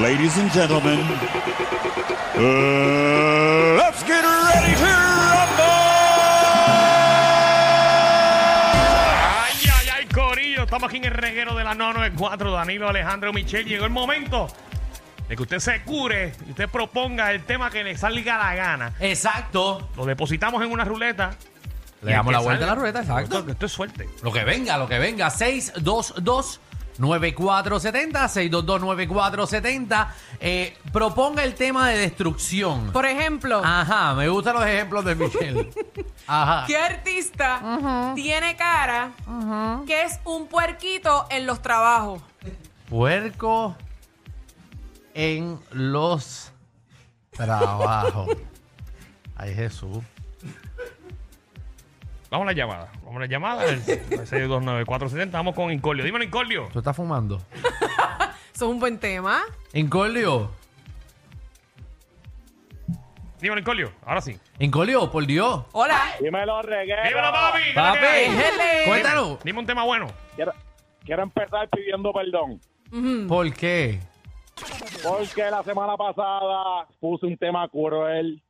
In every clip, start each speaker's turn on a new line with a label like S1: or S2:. S1: Ladies and gentlemen, uh, let's get ready to
S2: Ay, ay, ay, Corillo. Estamos aquí en el reguero de la 994. Danilo Alejandro Michel. Llegó el momento de que usted se cure y usted proponga el tema que le salga la gana.
S3: Exacto.
S2: Lo depositamos en una ruleta.
S3: Le
S2: Y el
S3: damos
S2: que
S3: la vuelta a la
S2: salga-
S3: ruleta, exacto.
S2: Esto, esto es suerte.
S3: Lo que venga, lo que venga. 622 9470 622-9470 Eh, proponga el tema de destrucción.
S4: Por ejemplo,
S3: Ajá, me gustan los ejemplos de Michelle. Ajá.
S4: ¿qué artista tiene cara que es un puerquito en los trabajos?
S3: Puerco en los trabajos. Ay, Jesús.
S2: Vamos a la llamada. Vamos a la llamada. El 629-470. Vamos con Incolio. Dímelo, Incolio.
S3: ¿Tú estás fumando?
S4: Eso es un buen tema.
S3: Incolio.
S2: Dímelo, Incolio. Ahora sí.
S3: Incolio, por Dios.
S4: Hola.
S5: Dímelo, reguero.
S2: Dímelo, papi. ¿qué es la
S3: Papi,
S2: que hay?
S4: Hello.
S3: cuéntanos.
S2: Dime un tema bueno.
S5: Quiero, quiero empezar pidiendo perdón.
S3: ¿Por qué?
S5: Porque la semana pasada puse un tema cruel.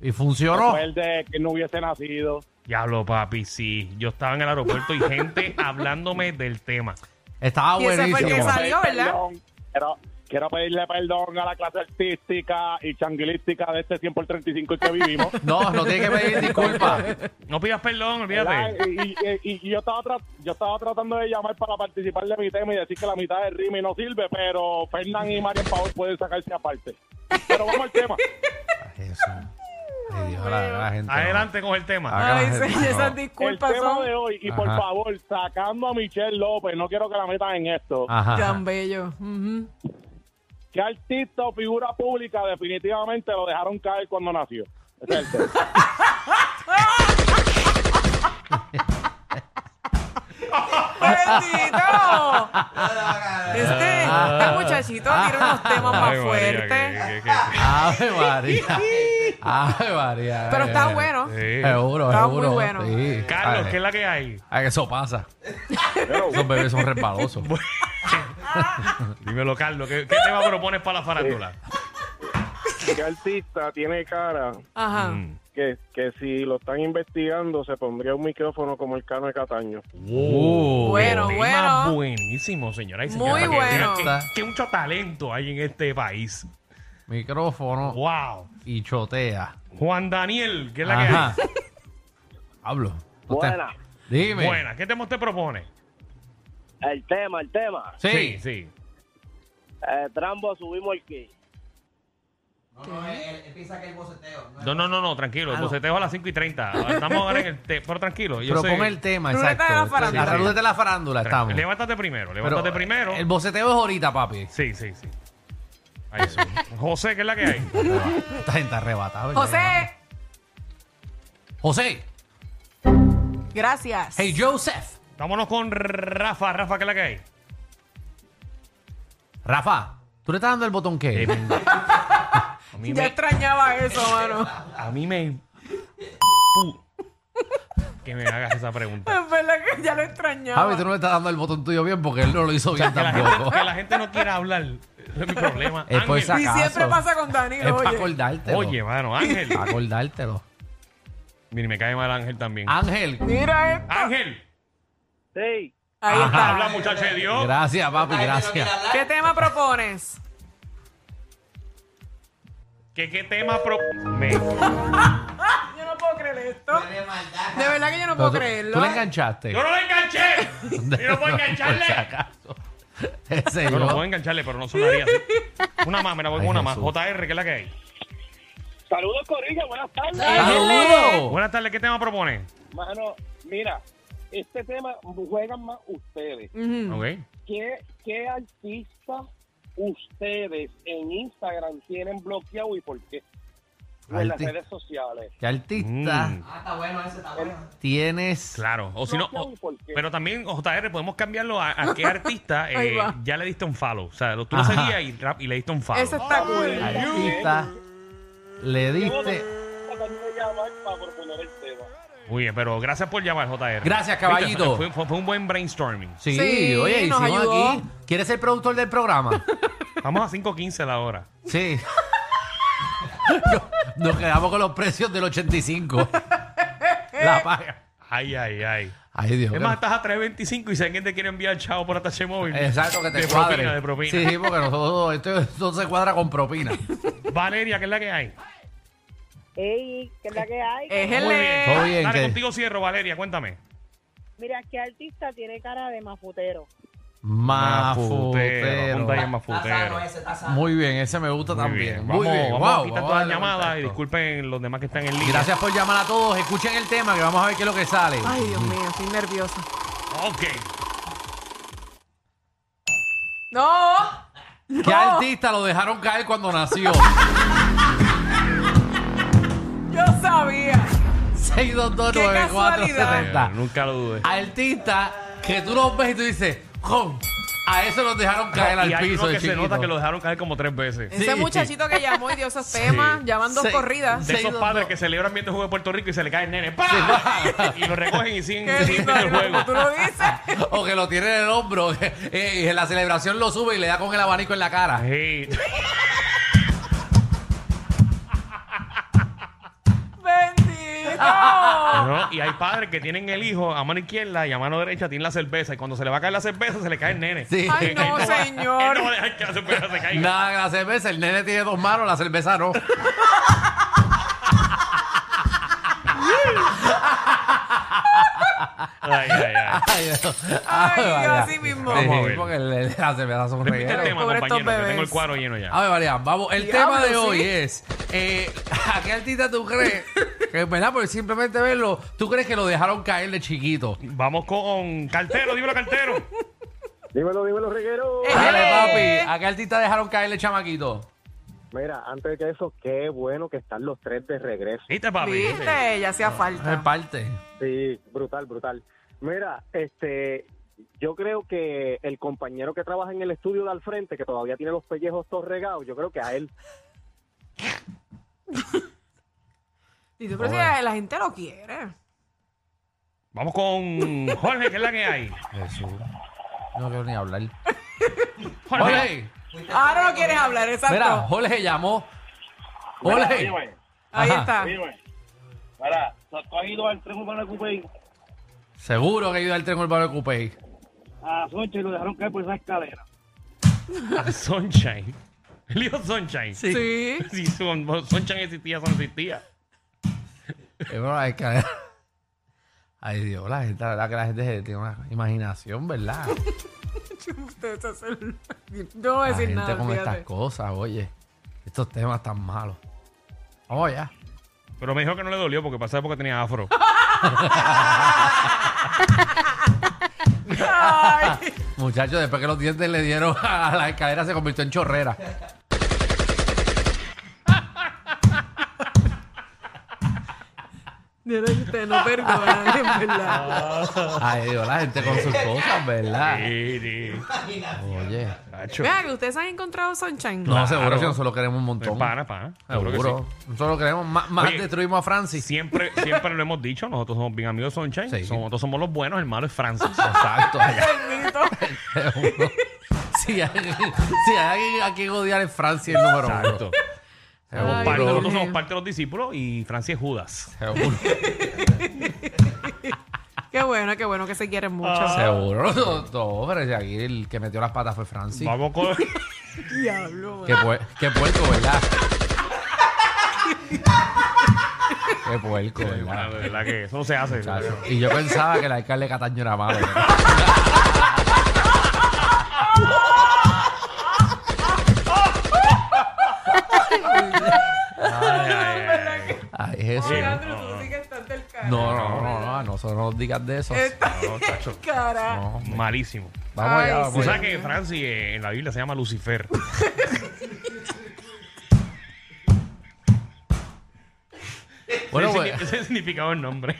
S3: ¿Y funcionó?
S5: Fue el de que no hubiese nacido.
S2: Diablo, papi, sí. Yo estaba en el aeropuerto y gente hablándome del tema.
S3: Estaba
S4: Y ese fue el que
S3: buenísimo.
S4: salió. Adiós,
S5: Pedir
S4: ¿verdad?
S5: perdón. Quiero, quiero pedirle perdón a la clase artística y changuilística de este 100 por 35 que vivimos.
S3: No, no tiene que pedir disculpas.
S2: No pidas perdón,
S5: ¿Verdad?
S2: olvídate.
S5: Y, y- y- y yo estaba tra- yo estaba tratando de llamar para participar de mi tema y decir que la mitad del rime no sirve, pero Fernán y Marian Pavón pueden sacarse aparte. Pero vamos al tema.
S3: Jesús. Ay, Dios, la, la gente. no.
S2: Adelante con el tema.
S3: Ah,
S4: Ay,
S3: no,
S4: señor,
S3: no.
S4: esas
S5: El
S4: disculpas
S5: tema de
S4: son
S5: hoy, y por
S3: Ajá.
S5: favor, sacando a Michelle López, no quiero que la metan en esto.
S3: Ajá.
S4: tan bellos. Ujú.
S5: ¿Qué artista o figura pública definitivamente lo dejaron caer cuando nació? Ese es el tema.
S4: ¡Bendito! Este, este muchachito tiene unos temas más
S2: Ay, María,
S4: fuertes.
S2: que- que- que-
S3: Ave María. Ave María.
S4: Pero está
S3: Eh,
S4: bueno.
S2: Sí.
S3: Seguro,
S4: Está muy
S3: seguro.
S4: bueno.
S3: sí.
S2: Carlos,
S3: Ay,
S2: ¿qué es la que hay?
S3: ay, que eso pasa.
S5: Pero,
S3: Esos bebés son resbalosos.
S2: Dímelo, Carlos, ¿qué, qué tema propones para la farándula?
S5: ¿Qué artista tiene cara
S4: Ajá.
S5: que, que si lo están investigando se pondría un micrófono como el Cano de Cataño?
S3: Uh,
S4: Bueno,
S2: Tema
S4: bueno.
S2: buenísimo, señora y
S4: Muy
S2: señores, para que
S4: bueno.
S2: vean Que, que mucho talento hay en este país.
S3: Micrófono
S2: Wow.
S3: y chotea.
S2: Juan Daniel, ¿qué es la
S3: Ajá. Hablo. No te-
S6: Buena.
S2: que hay?
S3: Dime.
S2: Buena, ¿qué tema usted propone?
S6: El tema, el tema.
S3: Sí.
S2: sí. sí.
S6: Eh, Trambo, subimos el key.
S2: No, no, no, no, tranquilo. El boceteo a las 5 y 30. Estamos ahora en el te- Pero tranquilo. Yo
S3: Propon
S2: sé-
S3: el tema,
S4: Ruleta
S3: exacto.
S4: de la
S3: Sí,
S4: farándula.
S3: La ruleta de la farándula
S2: Tranquilo.
S3: estamos.
S2: Levántate primero,
S3: Pero,
S2: levántate primero.
S3: El boceteo es ahorita, papi.
S2: Sí, sí, sí. Ahí sí. José, ¿qué es la que hay?
S3: Esta gente arrebatada. ¿verdad?
S4: José,
S3: José.
S4: gracias.
S3: Hey, Joseph.
S2: Vámonos con Rafa. Rafa, ¿qué es la que hay?
S3: Rafa, ¿tú le estás dando el botón qué?
S2: A mí
S4: ya extrañaba eso, mano.
S2: A mí me. Pu- que me hagas esa pregunta.
S4: Es verdad que ya lo extrañaba.
S3: Javi, tú no le estás dando el botón tuyo bien porque él no lo hizo bien
S2: Que la, gente,
S3: tampoco. Eh, pues,
S2: que la gente no quiera hablar. Ese es mi problema.
S3: Es por esa-
S4: Y siempre
S3: acaso.
S4: pasa con Danilo,
S3: Es para
S4: oye.
S2: Ángel.
S3: acordártelo.
S2: Oye, mano, Ángel.
S3: Para acordártelo.
S2: Mire, me cae mal Ángel también.
S3: Ah. Ángel,
S4: Mira esto.
S2: Ángel.
S6: Sí,
S4: Ahí está.
S2: Habla, muchacho de Dios.
S3: gracias, papi, gracias.
S4: ¿Qué tema propones?
S2: ¿Qué, qué tema pro. Me...
S4: Yo no puedo creer esto. De verdad que yo no
S3: Pero
S4: puedo
S3: tú,
S4: creerlo. ¿eh?
S3: tú le enganchaste.
S2: Yo no lo enganché. Yo no puedo
S3: Por si
S2: engancharle.
S3: acaso. Ese
S2: No, no
S3: yo.
S2: puedo engancharle, pero no sonaría así. Una más, mira, voy con
S3: Ay,
S2: una más.
S3: Jesús.
S2: JR, ¿qué es la que hay?
S5: Saludos, Corilla, buenas tardes.
S3: ¡Saludos!
S2: Buenas tardes, ¿qué tema propone?
S5: Mano, mira, este tema juegan más ustedes.
S3: Mm.
S4: Ujú.
S2: Ok.
S5: ¿Qué, qué artista ustedes en Instagram tienen bloqueado y por qué? O en las
S3: Arti-
S5: redes sociales.
S3: ¿Qué artista
S2: Mm.
S3: tienes?
S2: Claro, o si no,
S5: No sé
S2: o-
S5: ni por qué.
S2: pero también JR podemos cambiarlo a, a qué artista
S4: Ahí
S2: eh,
S4: va.
S2: ya le diste un follow, o sea, lo- tú lo
S3: Ajá.
S2: seguías y, rap- y le diste un follow.
S4: Ese está cool.
S3: Artista
S4: ¿eh?
S3: le diste.
S5: Tratando de llamar para proponer el tema.
S2: Muy bien, pero gracias por llamar JR.
S3: Gracias, caballito.
S2: Viste, Fue, fue- fue un buen brainstorming.
S3: Sí,
S4: Sí,
S3: oye,
S4: nos
S3: hicimos
S4: ayudó.
S3: aquí. ¿Quieres ser productor del programa?
S2: Vamos a 5.15 la hora.
S3: Sí. Nos quedamos con los precios del 85. La paga.
S2: Ay, ay, ay.
S3: Ay, Dios.
S2: Es más, estás a 3.25 y si alguien te quiere enviar chavo por ATH móvil.
S3: Exacto, que te
S2: de
S3: cuadre.
S2: propina, de propina.
S3: Sí, sí, porque nosotros, esto, esto se cuadra con propina.
S2: Valeria, ¿qué es la que hay?
S7: Ey, ¿qué es la que hay?
S4: Es
S2: Muy bien.
S4: el...
S3: Todo bien,
S2: Dale,
S3: ¿qué?
S2: contigo cierro, Valeria, cuéntame.
S7: Mira, ¿qué artista tiene cara de mafutero?
S3: Mafutero.
S2: Apunta ahí en mafutero.
S3: Muy bien, ese me gusta
S2: Muy
S3: también.
S2: bien.
S3: Muy
S2: vamos,
S3: bien.
S2: vamos
S3: Wow,
S2: a quitar
S3: vamos
S2: todas las
S3: darle
S2: llamadas y
S3: contacto.
S2: disculpen los demás que están en línea.
S3: Gracias por llamar a todos. Escuchen el tema que vamos a ver qué es lo que sale.
S4: Ay, Dios mío, estoy nerviosa.
S2: Ok.
S4: ¡No!
S3: ¿Qué
S4: no.
S3: artista lo dejaron caer cuando nació?
S4: Yo sabía.
S2: Eh,
S3: 6229470.
S2: nunca lo dudé.
S3: Artista que tú los ves y tú dices, ¡Jom! A eso los dejaron caer
S2: y
S3: al
S2: hay
S3: piso.
S2: uno que
S3: de
S2: se
S3: chiquito.
S2: nota que lo dejaron caer como tres veces.
S3: Sí.
S4: Ese muchachito que llamó y dio esos temas, llaman dos
S3: Sí.
S4: corridas.
S2: De
S3: Seis,
S2: esos
S3: dos,
S2: padres
S3: dos.
S2: que celebran viendo el juego de Puerto Rico y se le cae el nene. ¡Pah! y lo recogen y siguen,
S4: Qué
S2: siguen
S4: lindo,
S2: viendo el
S4: Danilo, como
S2: juego.
S4: tú lo dices.
S3: O que lo tiene en el hombro eh, y en la celebración lo sube y le da con el abanico en la cara.
S2: Sí.
S4: ¡Bendito!
S2: No, Y hay padres que tienen el hijo a mano izquierda y a mano derecha tienen la cerveza. Y cuando se le va a caer la cerveza, se le cae el nene.
S3: Sí.
S4: Ay,
S2: Él
S4: no,
S2: va- él
S4: señor.
S2: no va a dejar que la cerveza se caiga.
S3: Nada, que la cerveza. El nene tiene dos manos, la cerveza no.
S2: Ay, ay, ay.
S3: Ay, Dios.
S4: Ay,
S3: María.
S4: así mismo.
S3: Sí,
S2: Vamos a ver.
S3: porque el- el- la cerveza son
S2: Repite el
S3: regueros.
S2: tema,
S4: Por estos
S2: compañero, que
S4: bebés.
S2: tengo el cuadro lleno ya.
S3: A ver, María, vamos. El
S4: Diablo,
S3: tema de
S4: sí.
S3: hoy es: eh, ¿a qué artista tú crees? Que, ¿Verdad? Por simplemente verlo, ¿tú crees que lo dejaron caer de chiquito?
S2: Vamos con Cartero, dímelo Cartero.
S5: Dímelo, dímelo, reguero.
S4: Eh.
S3: Dale, papi. ¿A qué artista dejaron caer de chamaquito?
S5: Mira, antes de eso, qué bueno que están los tres de regreso.
S2: ¿Viste, papi? ¿Viste?
S4: Viste, ya hacía
S3: En
S4: falta.
S3: parte.
S5: Sí, brutal, brutal. Mira, este, yo creo que el compañero que trabaja en el estudio de al frente, que todavía tiene los pellejos todos regados, yo creo que a él.
S4: Y tú, pero si la la gente lo quiere.
S2: Vamos con Jorge, que es la que hay.
S3: No quiero ni hablar.
S2: Jorge.
S3: Jorge.
S4: Ahora no quieres hablar,
S3: Mira,
S4: exacto.
S3: Jorge llamó.
S6: Mira,
S3: Jorge.
S6: dime,
S4: Ahí
S3: Ajá.
S4: está.
S6: dime. Mira, ¿tú has ido al tren urbano de Cupey?
S3: Seguro que ayuda el tren urbano de Coupey.
S6: A las 8 y lo dejaron caer por esa escalera.
S2: Sunshine. El hijo Sunshine.
S4: Sí.
S2: Si son- Sunshine existía, son existía.
S3: Eh, bueno, es que- Ay, Dios, la gente, la verdad que la gente se- tiene una imaginación, ¿verdad?
S4: Ustedes hacen- No voy a
S3: La
S4: decir
S3: gente
S4: nada.
S3: con estas
S4: fíjate.
S3: cosas, oye. Estos temas tan malos. Vamos allá.
S2: Pero me dijo que no le dolió porque pasaba porque tenía afro.
S4: Ay.
S3: Muchachos, después que los dientes le dieron a la escalera, se convirtió en chorrera.
S4: Dios, ustedes no perdonan, en verdad.
S3: Ay, Dios, la gente con sus cosas, ¿verdad?
S2: Sí, sí.
S3: Oye.
S2: Cacho.
S4: Vea que ustedes han encontrado Sunshine.
S3: No, seguro
S2: Claro. Pues,
S3: que nosotros queremos un montón.
S2: Eh, Pana, pana. Seguro que
S3: Seguro. Nosotros queremos más, más
S2: Oye,
S3: destruimos a
S2: sí.
S3: Francis.
S2: Siempre, siempre lo hemos dicho, nosotros somos bien amigos de Sunshine.
S3: Sí.
S2: Somos- nosotros somos los buenos, el malo es Francis.
S3: Exacto. allá.
S4: Bendito.
S3: Seguro. Si hay, si hay alguien a quien odiar es Francis el número uno.
S2: Exacto. Somos
S4: Ay,
S2: parte-
S4: Dios
S2: nosotros
S4: mío.
S2: somos parte de los discípulos y Francis es Judas.
S3: Seguro.
S4: Qué bueno, qué bueno que se quieren mucho.
S3: Ah. Seguro, no, no, pero si aquí el que metió las patas fue Francis.
S2: Vamos con.
S4: Diablo,
S3: Qué,
S4: man.
S3: pue- qué puerco, ¿verdad? qué puerco,
S2: Bueno,
S3: ¿verdad?
S2: de verdad que eso no se hace.
S3: Chacho. Y yo pensaba que el alcalde de Cataño era malo. ¿verdad?
S2: Ay, ay, ay.
S3: Ay, Jesús.
S4: Oye, Andrew, tú sí que estás del cara.
S3: No, no, no, no, a nosotros no nos digas de eso.
S4: Estás
S2: No,
S4: del
S2: chacho.
S4: cara.
S3: No,
S2: Malísimo.
S3: vamos
S4: Ay,
S3: allá,
S2: Tú
S3: vamos
S4: sí.
S3: allá.
S2: sabes que Francis eh, en la Biblia se llama Lucifer.
S3: Bueno,
S2: ese,
S3: pues,
S2: ese es el significado del nombre.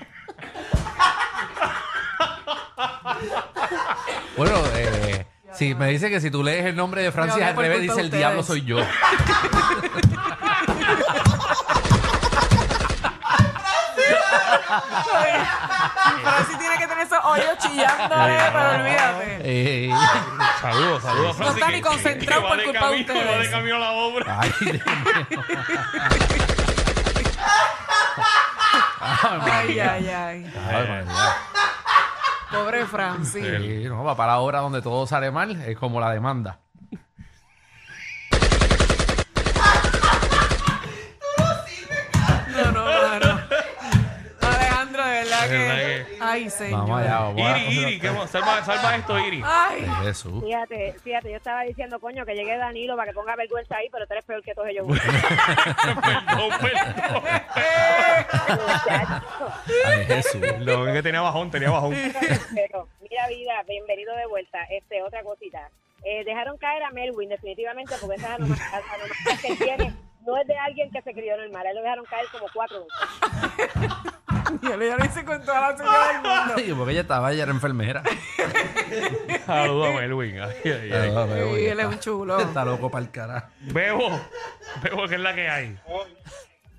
S3: bueno eh, si me dice que si tú lees el nombre de Francis
S4: Me odio
S3: al
S4: por
S3: revés,
S4: culpa
S3: dice
S4: de
S3: el
S4: ustedes".
S3: diablo soy yo.
S4: Pero sí tiene que tener esos hoyos chillándole, pero olvídate.
S3: Eh,
S2: Saludos, saludos.
S4: No está ni concentrado por culpa de ustedes.
S2: No de camino a la obra.
S3: ay, Dios mío.
S4: Ay, ay, ay.
S3: Ay, madre mía.
S4: Pobre Francis.
S3: Sí, no, va para la hora donde todo sale mal, es como la demanda.
S4: No, no, mano. Alejandro, de verdad que. Ay,
S3: Vamos
S4: señor.
S3: allá, vamos a-
S2: Iri, Iri, que vamos- salva, salva esto, Iri.
S4: Ay.
S3: Jesús.
S7: Fíjate, fíjate, yo estaba diciendo, coño, que llegue Danilo para que ponga vergüenza ahí, pero tú eres peor que todos ellos.
S2: perdón, perdón.
S3: Ay, Jesús.
S2: Lo que tenía bajón, tenía bajón.
S7: Pero, mira, vida, bienvenido de vuelta. Este, otra cosita. Eh, dejaron caer a Melwin, definitivamente, porque esa anomalía anomalía que tiene no es de alguien que se crió en el mar. A él lo dejaron caer como cuatro veces.
S4: Yo le yo lo hice con toda la señora del mundo.
S3: Sí, porque ella estaba, ella era enfermera.
S2: Saludos a Melwin. Ay, ay, ay.
S3: Ah, bebo,
S4: Sí,
S3: ya
S4: él es
S3: está.
S4: un chulo.
S3: Está loco para el carajo.
S2: Bebo, Bebo, que es la que hay.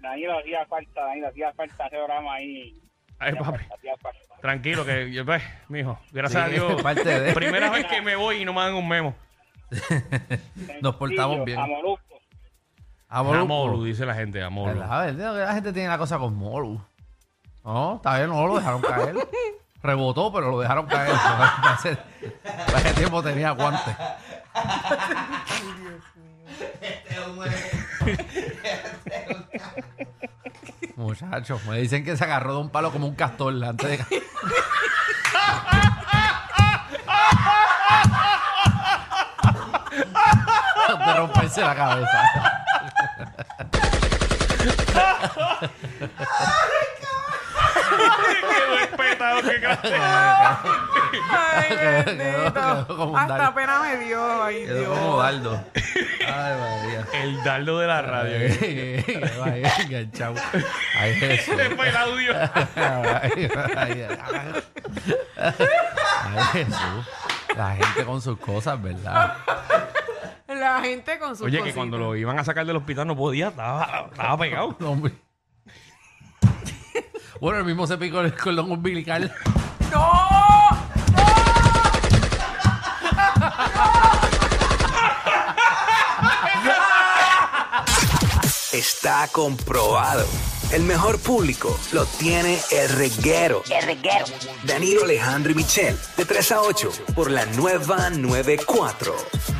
S6: Danilo hacía falta, Danilo hacía falta ese programa ahí.
S2: Ay, papi.
S6: Hacía falta.
S2: Tranquilo, que yo, pues, mijo, gracias
S3: Sí,
S2: a Dios.
S3: parte de-
S2: Primera vez que me voy y no me dan un memo.
S3: Nos portamos bien.
S6: A Molusco.
S3: A Molusco.
S2: Amolu, dice la gente, Amolu.
S3: A ver, la gente tiene la cosa con Molu. No, está bien, no lo dejaron caer. Rebotó, pero lo dejaron caer. Para ese, para ese tiempo tenía guante. Muchachos, me dicen que se agarró de un palo como un castor antes de ca- de romperse la cabeza.
S2: Qué respetado, qué gracioso.
S4: Ay,
S3: Quedó- quedó- quedó como
S4: bendito.
S3: un
S4: Hasta
S3: Dark.
S4: pena me dio. Ay,
S3: Quedó como
S4: Dios.
S3: Dardo. Ay, María.
S2: El dardo de la radio.
S3: Ay, ay, ay, enganchado. Ay, Jesús.
S2: Este fue el audio.
S3: Ay, ay, ay. Ay, Jesús. La gente con sus cosas, ¿verdad?
S4: La gente con sus
S2: Oye, que
S4: cositas.
S2: cuando lo iban a sacar del hospital no podía, estaba, estaba pegado.
S3: No, hombre. Bueno, el mismo se picó el cordón umbilical.
S4: ¡No!
S8: Está comprobado. El mejor público lo tiene el reguero. El reguero. Danilo Alejandro y Michel, de 3 a 8, por la nueva 94.